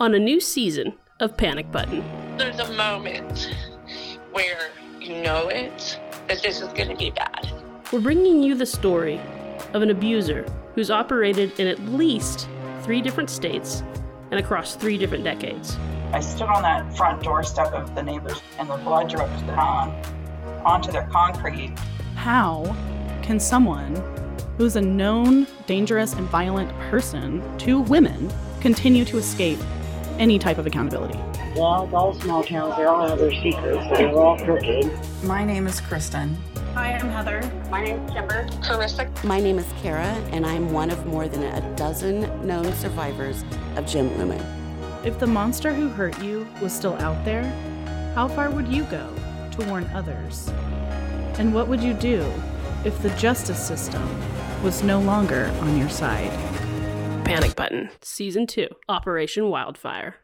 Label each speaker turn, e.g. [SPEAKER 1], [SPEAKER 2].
[SPEAKER 1] on a new season of Panic Button.
[SPEAKER 2] There's a moment where you know it that this is going to be bad.
[SPEAKER 1] We're bringing you the story of an abuser who's operated in at least three different states and across three different decades.
[SPEAKER 3] I stood on that front doorstep of the neighbors, and the blood drips down onto their concrete.
[SPEAKER 4] How can someone who's a known dangerous and violent person to women continue to escape any type of accountability?
[SPEAKER 5] Well, like all small towns, they all have their secrets, but they're all crooked.
[SPEAKER 6] My name is Kristen.
[SPEAKER 7] Hi, I'm Heather.
[SPEAKER 8] My name is Kimber.
[SPEAKER 9] Carissa. My name is Kara, and I'm one of more than a dozen known survivors of Jim Lumen.
[SPEAKER 4] If the monster who hurt you was still out there, how far would you go to warn others? And what would you do if the justice system was no longer on your side?
[SPEAKER 1] Panic Button, Season 2, Operation Wildfire.